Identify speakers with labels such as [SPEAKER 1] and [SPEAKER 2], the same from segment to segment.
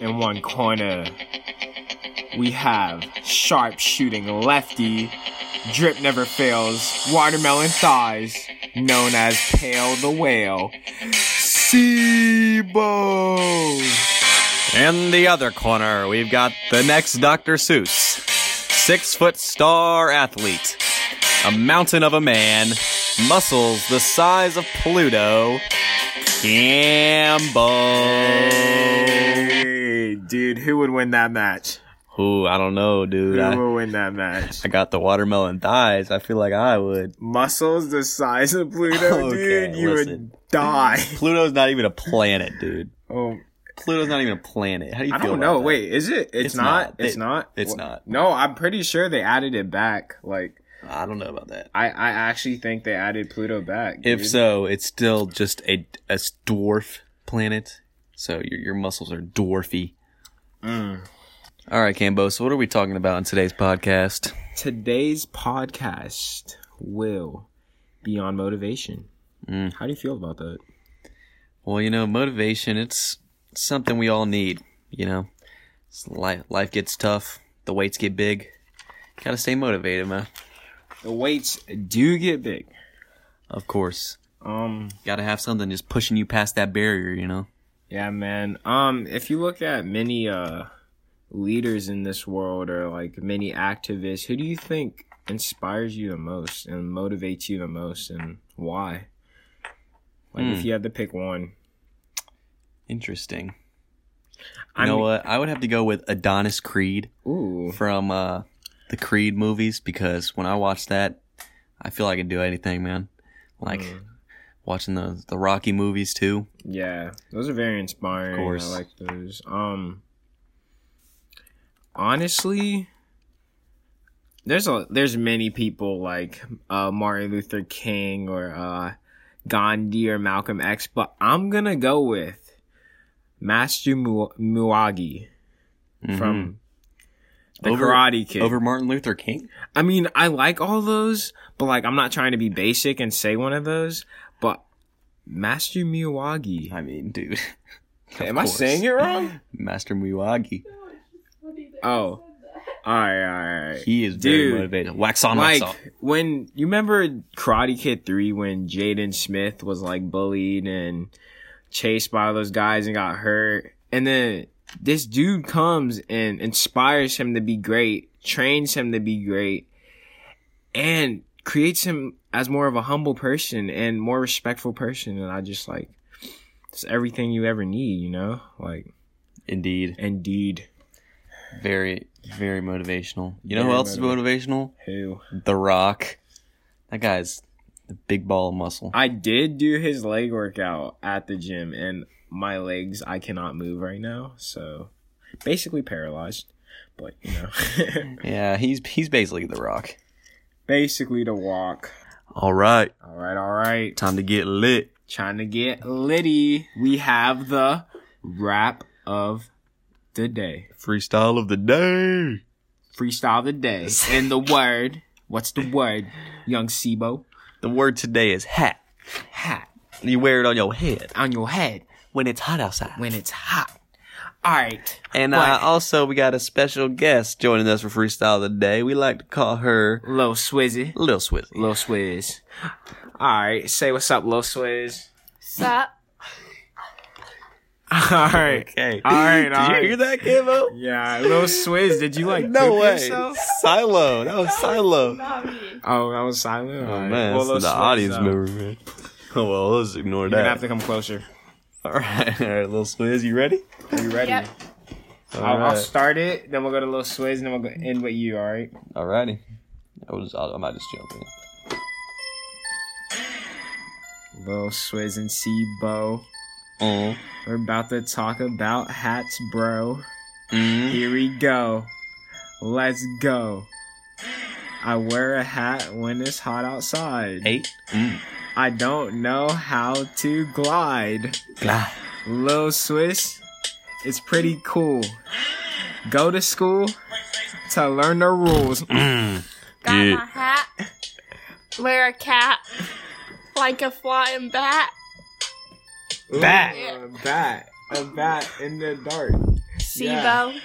[SPEAKER 1] In one corner, we have sharp shooting lefty, drip never fails, watermelon thighs, known as Pale the Whale, Sebo.
[SPEAKER 2] In the other corner, we've got the next Dr. Seuss. Six foot star athlete. A mountain of a man. Muscles the size of Pluto. Gamble.
[SPEAKER 1] Hey, dude, who would win that match?
[SPEAKER 2] Ooh, I don't know, dude.
[SPEAKER 1] Who
[SPEAKER 2] I,
[SPEAKER 1] would win that match?
[SPEAKER 2] I got the watermelon thighs. I feel like I would.
[SPEAKER 1] Muscles the size of Pluto,
[SPEAKER 2] Okay,
[SPEAKER 1] dude, you
[SPEAKER 2] listen.
[SPEAKER 1] would die.
[SPEAKER 2] Pluto's not even a planet, dude.
[SPEAKER 1] Oh,
[SPEAKER 2] Pluto's not even a planet. How do you
[SPEAKER 1] I
[SPEAKER 2] feel
[SPEAKER 1] don't
[SPEAKER 2] about
[SPEAKER 1] know.
[SPEAKER 2] that?
[SPEAKER 1] Wait, is it? It's,
[SPEAKER 2] It's
[SPEAKER 1] not.
[SPEAKER 2] not.
[SPEAKER 1] It's
[SPEAKER 2] They-
[SPEAKER 1] not.
[SPEAKER 2] it's
[SPEAKER 1] Wh-
[SPEAKER 2] not.
[SPEAKER 1] No, I'm pretty sure they added it back. Like,
[SPEAKER 2] I don't know about that.
[SPEAKER 1] I, I actually think they added Pluto back.
[SPEAKER 2] If
[SPEAKER 1] dude.
[SPEAKER 2] so, it's still just a, a s- dwarf planet. So your your muscles are dwarfy.
[SPEAKER 1] Mm.
[SPEAKER 2] All right, Cambo. So what are we talking about in today's podcast?
[SPEAKER 1] today's podcast will be on motivation.
[SPEAKER 2] Mm.
[SPEAKER 1] How do you feel about that?
[SPEAKER 2] Well, you know, motivation. It's something we all need. You know, life life gets tough. The weights get big. Gotta stay motivated, man.
[SPEAKER 1] The weights do get big.
[SPEAKER 2] Of course.
[SPEAKER 1] Um,
[SPEAKER 2] Gotta have something just pushing you past that barrier. You know.
[SPEAKER 1] Yeah, man. Um, if you look at many uh leaders in this world or like many activists, who do you think inspires you the most and motivates you the most and why? Like
[SPEAKER 2] Hmm.
[SPEAKER 1] if you had to pick one.
[SPEAKER 2] Interesting. You
[SPEAKER 1] I
[SPEAKER 2] know
[SPEAKER 1] mean-
[SPEAKER 2] what? I would have to go with Adonis Creed.
[SPEAKER 1] Ooh.
[SPEAKER 2] from uh, the Creed movies because when I watch that, I feel I can do anything, man. Like
[SPEAKER 1] Mm. Hmm.
[SPEAKER 2] watching the the Rocky movies too.
[SPEAKER 1] Yeah. Those are very inspiring.
[SPEAKER 2] Of course.
[SPEAKER 1] I like those. Um honestly there's a there's many people like uh Martin Luther King or uh Gandhi or Malcolm X, but I'm gonna go with Master Mu- Muagi from the
[SPEAKER 2] Mm-hmm. Over-
[SPEAKER 1] Karate Kid.
[SPEAKER 2] over Martin Luther King.
[SPEAKER 1] I mean, I like all those, but like I'm not trying to be basic and say one of those, but Master Muagi.
[SPEAKER 2] I mean, dude,
[SPEAKER 1] Am I
[SPEAKER 2] course.
[SPEAKER 1] saying it wrong?
[SPEAKER 2] Master Miyagi,
[SPEAKER 1] Oh, all right, all right.
[SPEAKER 2] he is
[SPEAKER 1] Dude.
[SPEAKER 2] very motivated. Wax on,
[SPEAKER 1] like
[SPEAKER 2] wax off.
[SPEAKER 1] when you remember Karate Kid three when Jaden Smith was like bullied and chased by those guys and got hurt, and then this dude comes and inspires him to be great, trains him to be great, and creates him as more of a humble person and more respectful person. And I just like it's everything you ever need, you know, like
[SPEAKER 2] Indeed,
[SPEAKER 1] indeed.
[SPEAKER 2] very very motivational. You know who
[SPEAKER 1] Very
[SPEAKER 2] else is motivational?
[SPEAKER 1] Who
[SPEAKER 2] The Rock. That guy's a big ball of muscle.
[SPEAKER 1] I did do his leg workout at the gym, and my legs I cannot move right now, so basically paralyzed. But you know,
[SPEAKER 2] Yeah, he's he's basically The Rock.
[SPEAKER 1] basically to walk.
[SPEAKER 2] All right,
[SPEAKER 1] All right, all right.
[SPEAKER 2] time to get lit.
[SPEAKER 1] Trying to get litty. We have the wrap of the day,
[SPEAKER 2] Freestyle of the day.
[SPEAKER 1] freestyle of the day, and the word. What's the word, young Sibo?
[SPEAKER 2] The word today is hat.
[SPEAKER 1] Hat
[SPEAKER 2] You wear it on your head
[SPEAKER 1] on your head
[SPEAKER 2] when it's hot outside.
[SPEAKER 1] when it's hot. All right.
[SPEAKER 2] and uh, also, we got a special guest joining us for Freestyle today. We like to call her
[SPEAKER 1] Little Swizzy.
[SPEAKER 2] Lil Swizzy.
[SPEAKER 1] Lil Swizz. Alright, say what's up, Lil Swizz.
[SPEAKER 3] Sup?
[SPEAKER 1] Alright.
[SPEAKER 2] Okay.
[SPEAKER 1] All right,
[SPEAKER 2] Did
[SPEAKER 1] all
[SPEAKER 2] you
[SPEAKER 1] right.
[SPEAKER 2] hear that, Kimbo?
[SPEAKER 1] Yeah, Lil Swizz, did you like
[SPEAKER 2] No
[SPEAKER 1] poop
[SPEAKER 2] way.
[SPEAKER 1] yourself?
[SPEAKER 2] Silo. That was Silo.
[SPEAKER 3] Not me.
[SPEAKER 1] Oh, that was silent.
[SPEAKER 2] Oh,
[SPEAKER 1] All right.
[SPEAKER 2] man,
[SPEAKER 1] Well,
[SPEAKER 2] that's
[SPEAKER 1] Lil
[SPEAKER 2] the
[SPEAKER 1] Swizz,
[SPEAKER 2] audience
[SPEAKER 1] though.
[SPEAKER 2] member, man. Oh, well, let's ignore
[SPEAKER 1] You're gonna have
[SPEAKER 2] that.
[SPEAKER 1] to come closer.
[SPEAKER 2] All right, all right, Lil Swizz, you ready?
[SPEAKER 1] Are you ready?
[SPEAKER 3] Yep.
[SPEAKER 2] All
[SPEAKER 1] I'll, I'll
[SPEAKER 2] right.
[SPEAKER 1] start it, then we'll go to Lil Swizz, and then we'll go end with you, alright?
[SPEAKER 2] All righty. I was. I might just jump in.
[SPEAKER 1] Lil Swizz and Sibo.
[SPEAKER 2] Mm.
[SPEAKER 1] We're about to talk about hats, bro.
[SPEAKER 2] Mm.
[SPEAKER 1] Here we go. Let's go. I wear a hat when it's hot outside.
[SPEAKER 2] Eight. Mm.
[SPEAKER 1] I don't know how to glide.
[SPEAKER 2] Glide.
[SPEAKER 1] Lil Swiss is pretty cool. Go to school to learn the rules.
[SPEAKER 4] Mm.
[SPEAKER 3] Got
[SPEAKER 2] Yeah.
[SPEAKER 3] my hat. Wear a cap. Like a flying bat.
[SPEAKER 1] Ooh,
[SPEAKER 2] Bat.
[SPEAKER 1] A bat. A bat in the dark.
[SPEAKER 3] SIBO.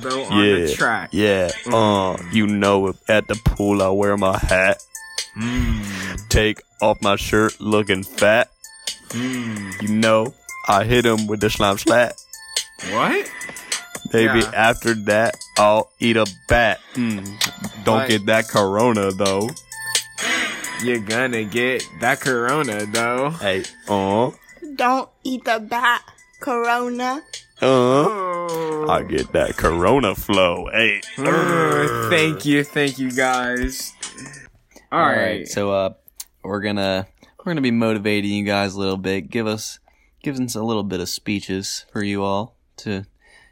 [SPEAKER 1] Bro on the track.
[SPEAKER 4] Yeah. Uh, you know, if at the pool I wear my hat.
[SPEAKER 1] Hmm,
[SPEAKER 4] Take off my shirt looking fat.
[SPEAKER 1] hmm.
[SPEAKER 4] You know, I hit him with the slime slat.
[SPEAKER 1] What?
[SPEAKER 4] Maybe
[SPEAKER 1] Yeah.
[SPEAKER 4] after that, I'll eat a bat. Mm,
[SPEAKER 1] Hmm.
[SPEAKER 4] Don't
[SPEAKER 1] Right.
[SPEAKER 4] get that corona though.
[SPEAKER 1] You're gonna get that corona though.
[SPEAKER 4] Hey, uh,
[SPEAKER 3] Don't eat the bat. Corona.
[SPEAKER 4] uh.
[SPEAKER 1] Oh.
[SPEAKER 4] I get that corona flow. Hey,
[SPEAKER 1] Mm, thank you, thank you guys. All
[SPEAKER 2] All
[SPEAKER 1] right.
[SPEAKER 2] right. So uh we're gonna we're gonna be motivating you guys a little bit. Give us give us a little bit of speeches for you all to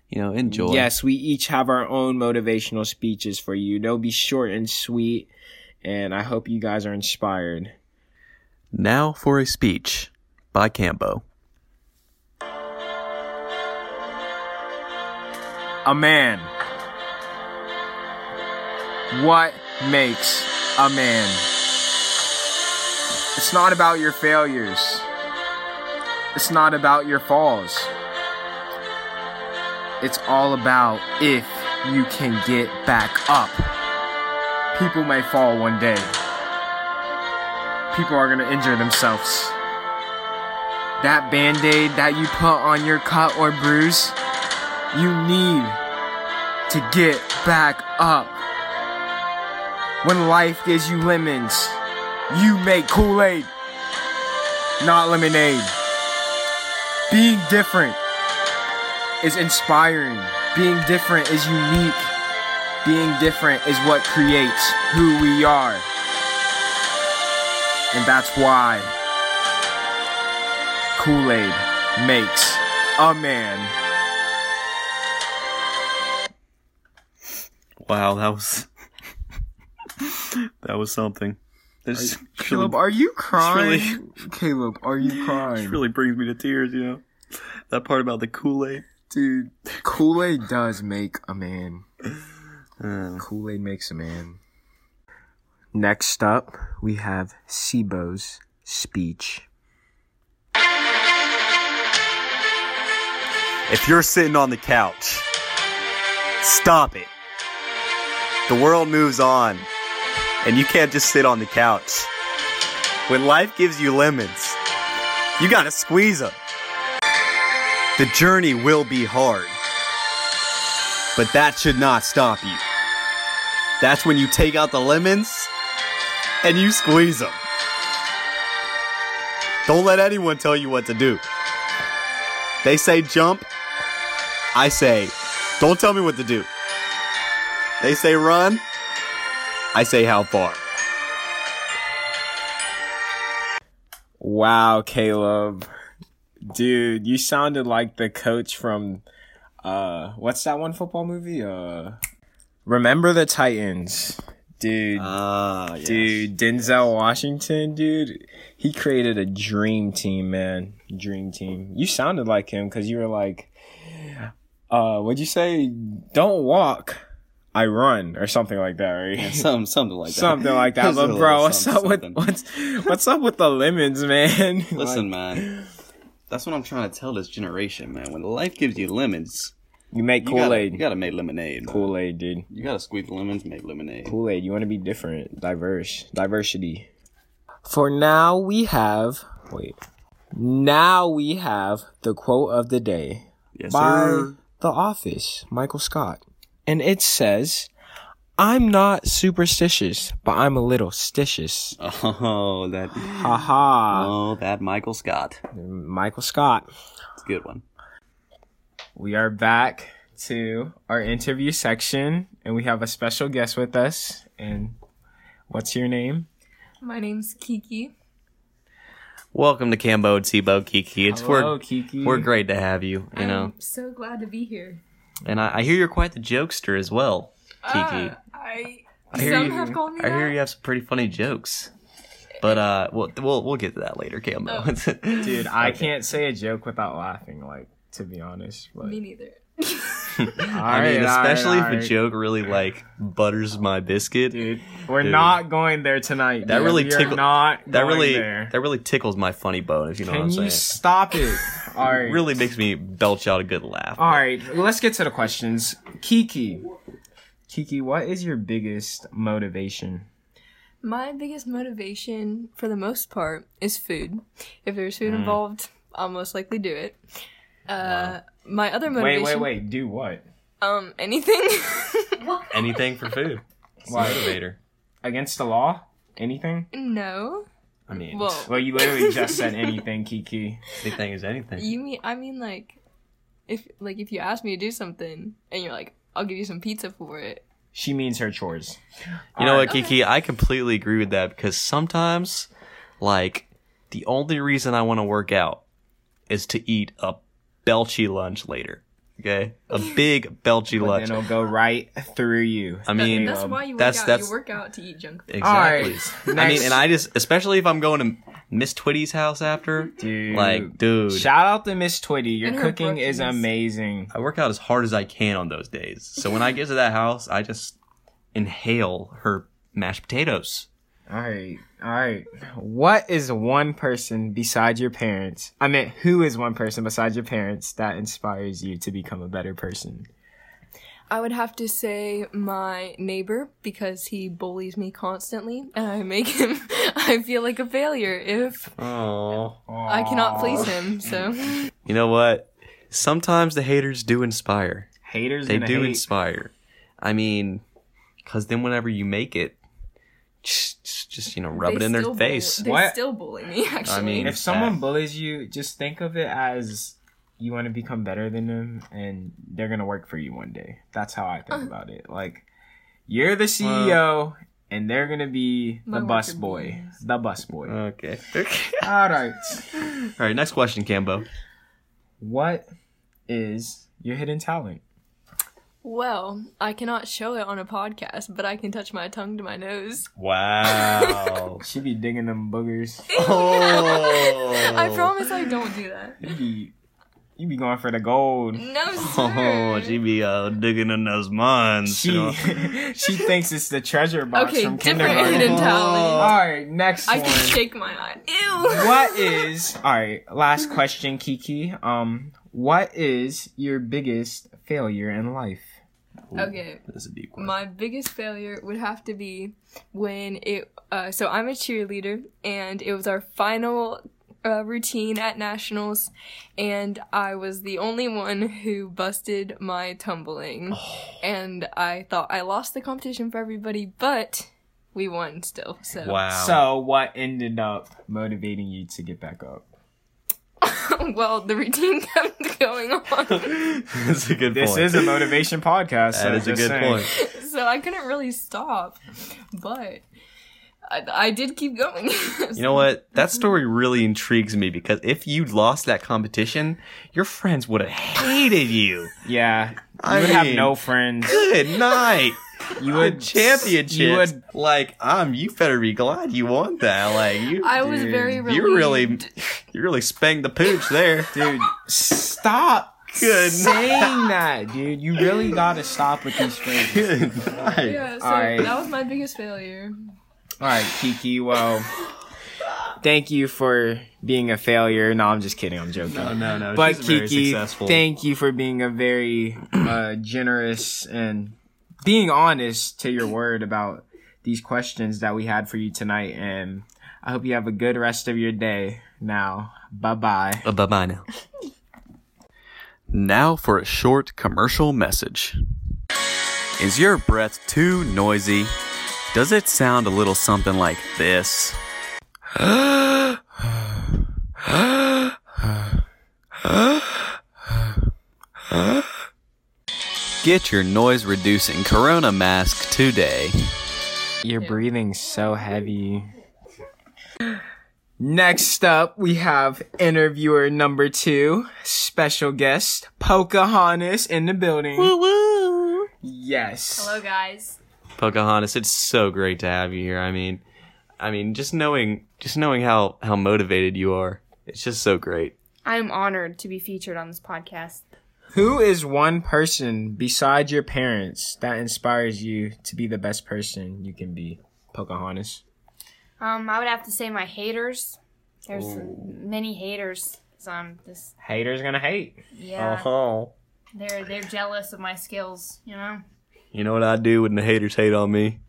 [SPEAKER 2] you know enjoy.
[SPEAKER 1] Yes, we each have our own motivational speeches for you. They'll be short and sweet, and I hope you guys are inspired.
[SPEAKER 2] Now for a speech by Cambo.
[SPEAKER 1] A man. What makes a man? It's not about your failures. It's not about your falls. It's all about if you can get back up. People may fall one day. People are gonna injure themselves. That band aid that you put on your cut or bruise, you need to get back up. When life gives you lemons, you make Kool Aid, not lemonade. Being different is inspiring, being different is unique, being different is what creates who we are. And that's why Kool Aid makes a man.
[SPEAKER 4] wow, that was that was something. This
[SPEAKER 1] Caleb, are you crying? Caleb, are you crying?
[SPEAKER 4] brings me to tears. You know that part about the Kool Aid.
[SPEAKER 1] Dude, Kool Aid does make a man. Kool Aid makes a man. Next up, we have Sibo's speech.
[SPEAKER 4] If you're sitting on the couch, stop it. The world moves on, and you can't just sit on the couch. When life gives you lemons, you gotta squeeze them. The journey will be hard, but that should not stop you. That's when you take out the lemons and you squeeze them. Don't let anyone tell you what to do. They say jump. I say, don't tell me what to do. They say run. I say how far.
[SPEAKER 1] Wow, Caleb. Dude, you sounded like the coach from uh what's that one football movie? Uh Remember the Titans. Dude,
[SPEAKER 4] Ah, yes.
[SPEAKER 1] dude, Denzel Washington, dude, he created a dream team, man. Dream team. You sounded like him cuz you were like uh what'd you say? Don't walk. I run or something like that, right?
[SPEAKER 2] Some something like that.
[SPEAKER 1] something like that.
[SPEAKER 2] Just a
[SPEAKER 1] But
[SPEAKER 2] little
[SPEAKER 1] bro, what's up
[SPEAKER 2] something,
[SPEAKER 1] with
[SPEAKER 2] something.
[SPEAKER 1] what's what's up with the lemons, man?
[SPEAKER 2] Listen, man. That's what I'm trying to tell this generation, man. When life gives you lemons,
[SPEAKER 1] You make
[SPEAKER 2] you gotta-
[SPEAKER 1] Kool
[SPEAKER 2] you
[SPEAKER 1] Aid.
[SPEAKER 2] gotta make lemonade. man.
[SPEAKER 1] Kool Aid, dude.
[SPEAKER 2] You gotta squeeze the lemons, make lemonade.
[SPEAKER 1] Kool Aid. You want to be different, diverse, diversity. For now, we have. Wait. Now we have the quote of the day
[SPEAKER 2] Yes,
[SPEAKER 1] by
[SPEAKER 2] sir.
[SPEAKER 1] The Office, Michael Scott. And it says, I'm not superstitious, but I'm a little stitious.
[SPEAKER 2] Oh, that.
[SPEAKER 1] Haha.
[SPEAKER 2] Oh, that Michael Scott.
[SPEAKER 1] Michael Scott.
[SPEAKER 2] It's a good one.
[SPEAKER 1] We are back to our interview section, and we have a special guest with us. And what's your name?
[SPEAKER 5] My name's Kiki.
[SPEAKER 2] Welcome to Cambo Tebow Kiki. It's
[SPEAKER 1] Hello,
[SPEAKER 2] we're
[SPEAKER 1] Kiki.
[SPEAKER 2] we're great to have you. You know,
[SPEAKER 5] I'm so glad to be here.
[SPEAKER 2] and I, I hear you're quite the jokester as well, Kiki.
[SPEAKER 5] Uh, I,
[SPEAKER 2] I hear
[SPEAKER 5] some
[SPEAKER 2] you-
[SPEAKER 5] have called me
[SPEAKER 2] I
[SPEAKER 5] that.
[SPEAKER 2] hear you have some pretty funny jokes, but uh, we'll we'll, we'll get to that later, Cambo.
[SPEAKER 1] Dude, I can't say a joke without laughing, like, to be honest. But
[SPEAKER 5] Me neither.
[SPEAKER 1] All
[SPEAKER 2] I mean,
[SPEAKER 1] right, all right,
[SPEAKER 2] especially
[SPEAKER 1] all
[SPEAKER 2] if a
[SPEAKER 1] right.
[SPEAKER 2] joke really like butters my biscuit.
[SPEAKER 1] Dude, we're
[SPEAKER 2] Dude.
[SPEAKER 1] not going there tonight.
[SPEAKER 2] That
[SPEAKER 1] dude.
[SPEAKER 2] really
[SPEAKER 1] we are
[SPEAKER 2] tickle-
[SPEAKER 1] Not
[SPEAKER 2] that
[SPEAKER 1] going
[SPEAKER 2] really
[SPEAKER 1] There.
[SPEAKER 2] that really tickles my funny bone, if you know
[SPEAKER 1] Can
[SPEAKER 2] what I'm
[SPEAKER 1] you
[SPEAKER 2] saying.
[SPEAKER 1] stop it? All right.
[SPEAKER 2] really makes me belch out a good laugh.
[SPEAKER 1] All right. Let's get to the questions. Kiki, Kiki, what is your biggest motivation?
[SPEAKER 5] My biggest motivation, for the most part, is food. If there's food
[SPEAKER 2] Hmm.
[SPEAKER 5] involved, I'll most likely do it. Uh, my other motivation,
[SPEAKER 1] Wait, wait, wait. Do what?
[SPEAKER 5] um, anything.
[SPEAKER 2] Anything for food. It's a
[SPEAKER 1] Why?
[SPEAKER 2] motivator.
[SPEAKER 1] Against the law? Anything?
[SPEAKER 5] no,
[SPEAKER 2] I mean,
[SPEAKER 5] well,
[SPEAKER 1] Well, you literally just said anything, Kiki.
[SPEAKER 2] anything is anything.
[SPEAKER 5] you mean I mean like, if like if you ask me to do something and you're like, I'll give you some pizza for it.
[SPEAKER 1] She means her chores.
[SPEAKER 2] You know what,
[SPEAKER 1] Alright.
[SPEAKER 2] Kiki? I completely agree with that because sometimes, like, the only reason I want to work out is to eat a belchy lunch later. Okay, a big belchy
[SPEAKER 1] But
[SPEAKER 2] lunch.
[SPEAKER 1] then it'll go right through you.
[SPEAKER 2] I mean, um,
[SPEAKER 5] that's why you work
[SPEAKER 2] that's-
[SPEAKER 5] out.
[SPEAKER 2] that's-
[SPEAKER 5] You work out to eat junk. food.
[SPEAKER 2] exactly.
[SPEAKER 1] All right.
[SPEAKER 2] I mean,
[SPEAKER 1] Next.
[SPEAKER 2] and I just, especially if I'm going to Miss Twitty's house after,
[SPEAKER 1] Dude.
[SPEAKER 2] like, dude,
[SPEAKER 1] Shout out to Miss Twitty. Your
[SPEAKER 5] And her
[SPEAKER 1] cooking is
[SPEAKER 5] brookies.
[SPEAKER 1] amazing.
[SPEAKER 2] I work out as hard as I can on those days. So when I get to that house, I just inhale her mashed potatoes.
[SPEAKER 1] All right. All right. What is one person besides your parents? I meant, who is one person besides your parents that inspires you to become a better person?
[SPEAKER 5] I would have to say my neighbor because he bullies me constantly, and I make him. I feel like a failure if
[SPEAKER 2] Oh.
[SPEAKER 5] I cannot please him. So
[SPEAKER 2] You know what? Sometimes the haters do inspire.
[SPEAKER 1] Haters
[SPEAKER 2] They
[SPEAKER 1] gonna
[SPEAKER 2] do
[SPEAKER 1] hate.
[SPEAKER 2] inspire. I mean, because then whenever you make it, just, just, you know, rub it
[SPEAKER 5] they
[SPEAKER 2] in their
[SPEAKER 5] still bull-
[SPEAKER 2] face.
[SPEAKER 5] they
[SPEAKER 1] What?
[SPEAKER 5] still bully me. Actually,
[SPEAKER 2] mean-
[SPEAKER 1] if someone bullies you, just think of it as you want to become better than them and they're going to work for you one day. That's how I
[SPEAKER 5] Uh-huh.
[SPEAKER 1] think about it. Like, you're the CEO and they're going to be
[SPEAKER 5] My
[SPEAKER 1] the bus
[SPEAKER 5] worker
[SPEAKER 1] boy.
[SPEAKER 5] bees.
[SPEAKER 1] The bus boy.
[SPEAKER 2] Okay.
[SPEAKER 1] All right.
[SPEAKER 2] All right, next question, Cambo.
[SPEAKER 1] What is your hidden talent?
[SPEAKER 5] well, I cannot show it on a podcast, but I can touch my tongue to my nose.
[SPEAKER 2] Wow.
[SPEAKER 1] She be digging them boogers.
[SPEAKER 2] oh.
[SPEAKER 5] I promise I don't do that.
[SPEAKER 1] You be, you be going for the gold.
[SPEAKER 5] No,
[SPEAKER 2] Oh,
[SPEAKER 5] sir.
[SPEAKER 2] she be uh, digging in those mines. you
[SPEAKER 1] She
[SPEAKER 2] know.
[SPEAKER 1] she thinks it's the treasure box
[SPEAKER 5] okay,
[SPEAKER 1] from
[SPEAKER 5] different
[SPEAKER 1] kindergarten.
[SPEAKER 5] hidden
[SPEAKER 1] All
[SPEAKER 5] talent.
[SPEAKER 1] right, next
[SPEAKER 5] I
[SPEAKER 1] one.
[SPEAKER 5] can shake my eye. Ew.
[SPEAKER 1] Oh. what is all right? Last question, Kiki. Um, what is your biggest failure in life?
[SPEAKER 5] Okay.
[SPEAKER 2] That's a deep question.
[SPEAKER 5] My biggest failure would have to be when it. Uh, so I'm a cheerleader, and it was our final uh, routine at nationals, and I was the only one who busted my tumbling,
[SPEAKER 1] Oh.
[SPEAKER 5] and I thought I lost the competition for everybody, but we won still. So
[SPEAKER 2] Wow.
[SPEAKER 1] So, what ended up motivating you to get back up?
[SPEAKER 5] well, the routine kept going on,
[SPEAKER 2] That's a good
[SPEAKER 1] This
[SPEAKER 2] point.
[SPEAKER 1] is a motivation podcast. so
[SPEAKER 2] that is a
[SPEAKER 1] just
[SPEAKER 2] good
[SPEAKER 1] saying.
[SPEAKER 2] point.
[SPEAKER 5] so I couldn't really stop, but. I, I did keep going.
[SPEAKER 2] You know what? That story really intrigues me because if you lost that competition, your friends would have hated you.
[SPEAKER 1] Yeah, you
[SPEAKER 2] I
[SPEAKER 1] would have
[SPEAKER 2] mean-
[SPEAKER 1] no friends.
[SPEAKER 2] Good night.
[SPEAKER 1] You
[SPEAKER 2] You would
[SPEAKER 1] would
[SPEAKER 2] championships.
[SPEAKER 1] You would
[SPEAKER 2] like um. You better be glad you won that. Like you,
[SPEAKER 5] I was
[SPEAKER 1] Dude,
[SPEAKER 5] very relieved.
[SPEAKER 2] you really, you really spanked the pooch there.
[SPEAKER 1] dude stop
[SPEAKER 2] Good
[SPEAKER 1] saying that dude you really gotta stop with these phrases
[SPEAKER 2] Good night.
[SPEAKER 5] Yeah, so
[SPEAKER 1] Alright.
[SPEAKER 5] that was my biggest failure.
[SPEAKER 1] all right kiki well thank you for being a failure no i'm just kidding i'm joking
[SPEAKER 2] No, no, no.
[SPEAKER 1] but
[SPEAKER 2] she's very
[SPEAKER 1] kiki
[SPEAKER 2] successful.
[SPEAKER 1] thank you for being a very uh, generous and being honest to your word about these questions that we had for you tonight and i hope you have a good rest of your day now bye-bye
[SPEAKER 2] bye bye now. Now for a short commercial message. Is your breath too noisy? Does it sound a little something like this? Get your noise reducing Corona mask today.
[SPEAKER 1] You're breathing so heavy. Next up, we have interviewer number two, special guest, Pocahontas in the building. Woo woo! Yes.
[SPEAKER 3] Hello, guys.
[SPEAKER 2] Pocahontas, it's so great to have you here. I mean, I mean, just knowing, just knowing how how motivated you are, it's just so great.
[SPEAKER 3] I'm honored to be featured on this podcast.
[SPEAKER 1] Who is one person besides your parents that inspires you to be the best person you can be? Pocahontas.
[SPEAKER 6] Um, I would have to say my haters. There's many haters on this.
[SPEAKER 1] Haters gonna hate.
[SPEAKER 7] Uh-huh.
[SPEAKER 6] Yeah,
[SPEAKER 2] Uh-huh.
[SPEAKER 1] Oh.
[SPEAKER 6] they're they're jealous of my skills. You know
[SPEAKER 2] You know what I do when the haters hate on me?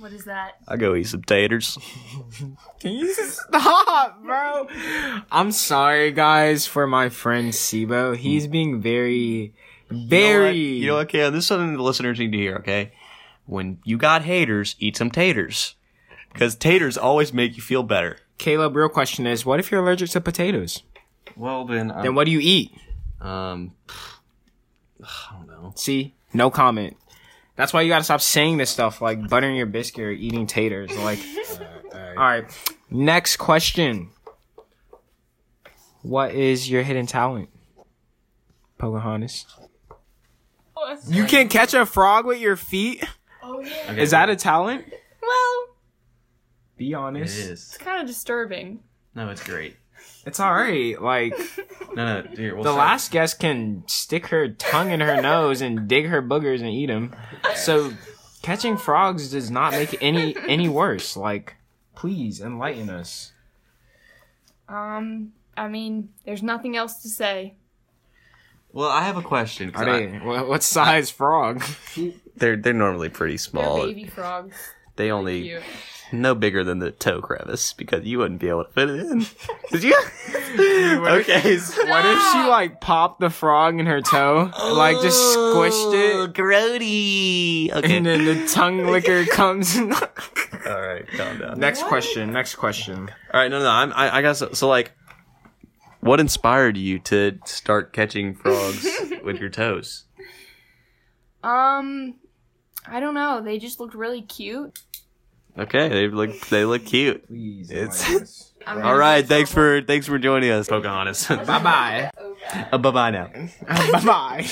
[SPEAKER 6] what is that?
[SPEAKER 2] I go eat some taters.
[SPEAKER 1] Can you stop, bro? I'm sorry, guys, for my friend Sibo.
[SPEAKER 2] Mm.
[SPEAKER 1] He's being very, very.
[SPEAKER 2] You know what, Cam? This is something the listeners need to hear, okay? When you got haters, eat some taters. Because taters always make you feel better.
[SPEAKER 1] Caleb, real question is, what if you're allergic to potatoes?
[SPEAKER 8] Well, then, I'm,
[SPEAKER 1] Then what do you eat?
[SPEAKER 8] um, I don't know.
[SPEAKER 1] See, no comment. That's why you gotta stop saying this stuff like buttering your biscuit or eating taters. Like, all right. Next question. What is your hidden talent, Pocahontas? You can catch a frog with your feet.
[SPEAKER 8] Okay.
[SPEAKER 1] Is that a talent?
[SPEAKER 7] Well,
[SPEAKER 1] Be
[SPEAKER 8] It
[SPEAKER 1] honest.
[SPEAKER 8] is.
[SPEAKER 7] kind of disturbing.
[SPEAKER 8] No, it's great.
[SPEAKER 1] It's all right. Like
[SPEAKER 8] No, no, here, we'll
[SPEAKER 1] the
[SPEAKER 8] say-
[SPEAKER 1] last guest can stick her tongue in her nose and dig her boogers and eat them. So catching frogs does not make it any any worse. Like, please enlighten us.
[SPEAKER 7] Um, I mean, there's nothing else to say.
[SPEAKER 8] Well, I have a question. 'cause
[SPEAKER 1] Are
[SPEAKER 8] I-
[SPEAKER 1] they wha- what size frog?
[SPEAKER 2] They're they're normally pretty
[SPEAKER 7] They're
[SPEAKER 2] small.
[SPEAKER 7] baby frogs.
[SPEAKER 2] They only
[SPEAKER 7] Cute.
[SPEAKER 2] no bigger than the toe crevice because you wouldn't be able to fit it in. Did you? okay. so-
[SPEAKER 1] What if she like popped the frog in her toe, like just squished
[SPEAKER 2] Oh,
[SPEAKER 1] it,
[SPEAKER 2] grody. Okay.
[SPEAKER 1] and then the tongue liquor comes?
[SPEAKER 2] All right, calm down.
[SPEAKER 1] next question. Next question.
[SPEAKER 2] All right, no, no, I'm, I, I got so, so like, what inspired you to start catching frogs with your toes?
[SPEAKER 7] Um, I don't know. They just looked really cute.
[SPEAKER 2] Okay, they look they look cute.
[SPEAKER 1] Please.
[SPEAKER 2] It's-
[SPEAKER 7] I'm
[SPEAKER 2] All right, thanks for thanks for joining us, Pocahontas.
[SPEAKER 1] Bye bye.
[SPEAKER 2] uh, bye bye now.
[SPEAKER 1] bye bye.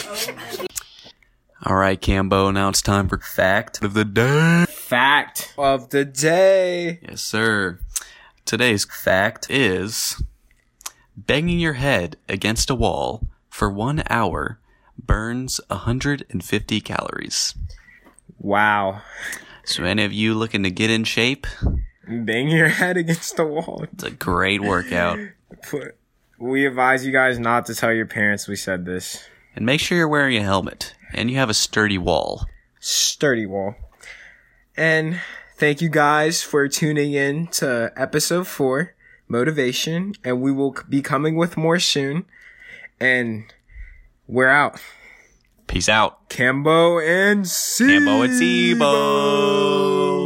[SPEAKER 8] All right, Cambo, now it's time for fact of the day.
[SPEAKER 1] Fact of the day.
[SPEAKER 8] Yes, sir. Today's fact is banging your head against a wall for one hour burns 150 calories.
[SPEAKER 1] Wow.
[SPEAKER 8] So, any of you looking to get in shape,
[SPEAKER 1] Bang your head against the wall.
[SPEAKER 8] it's a great workout.
[SPEAKER 1] Put- We advise you guys not to tell your parents we said this.
[SPEAKER 8] And make sure you're wearing a helmet and you have a sturdy wall.
[SPEAKER 1] Sturdy wall. And thank you guys for tuning in to episode four, Motivation. And we will c- be coming with more soon. And we're out.
[SPEAKER 8] Peace out.
[SPEAKER 1] Cambo and C.
[SPEAKER 8] Cambo and Sebo.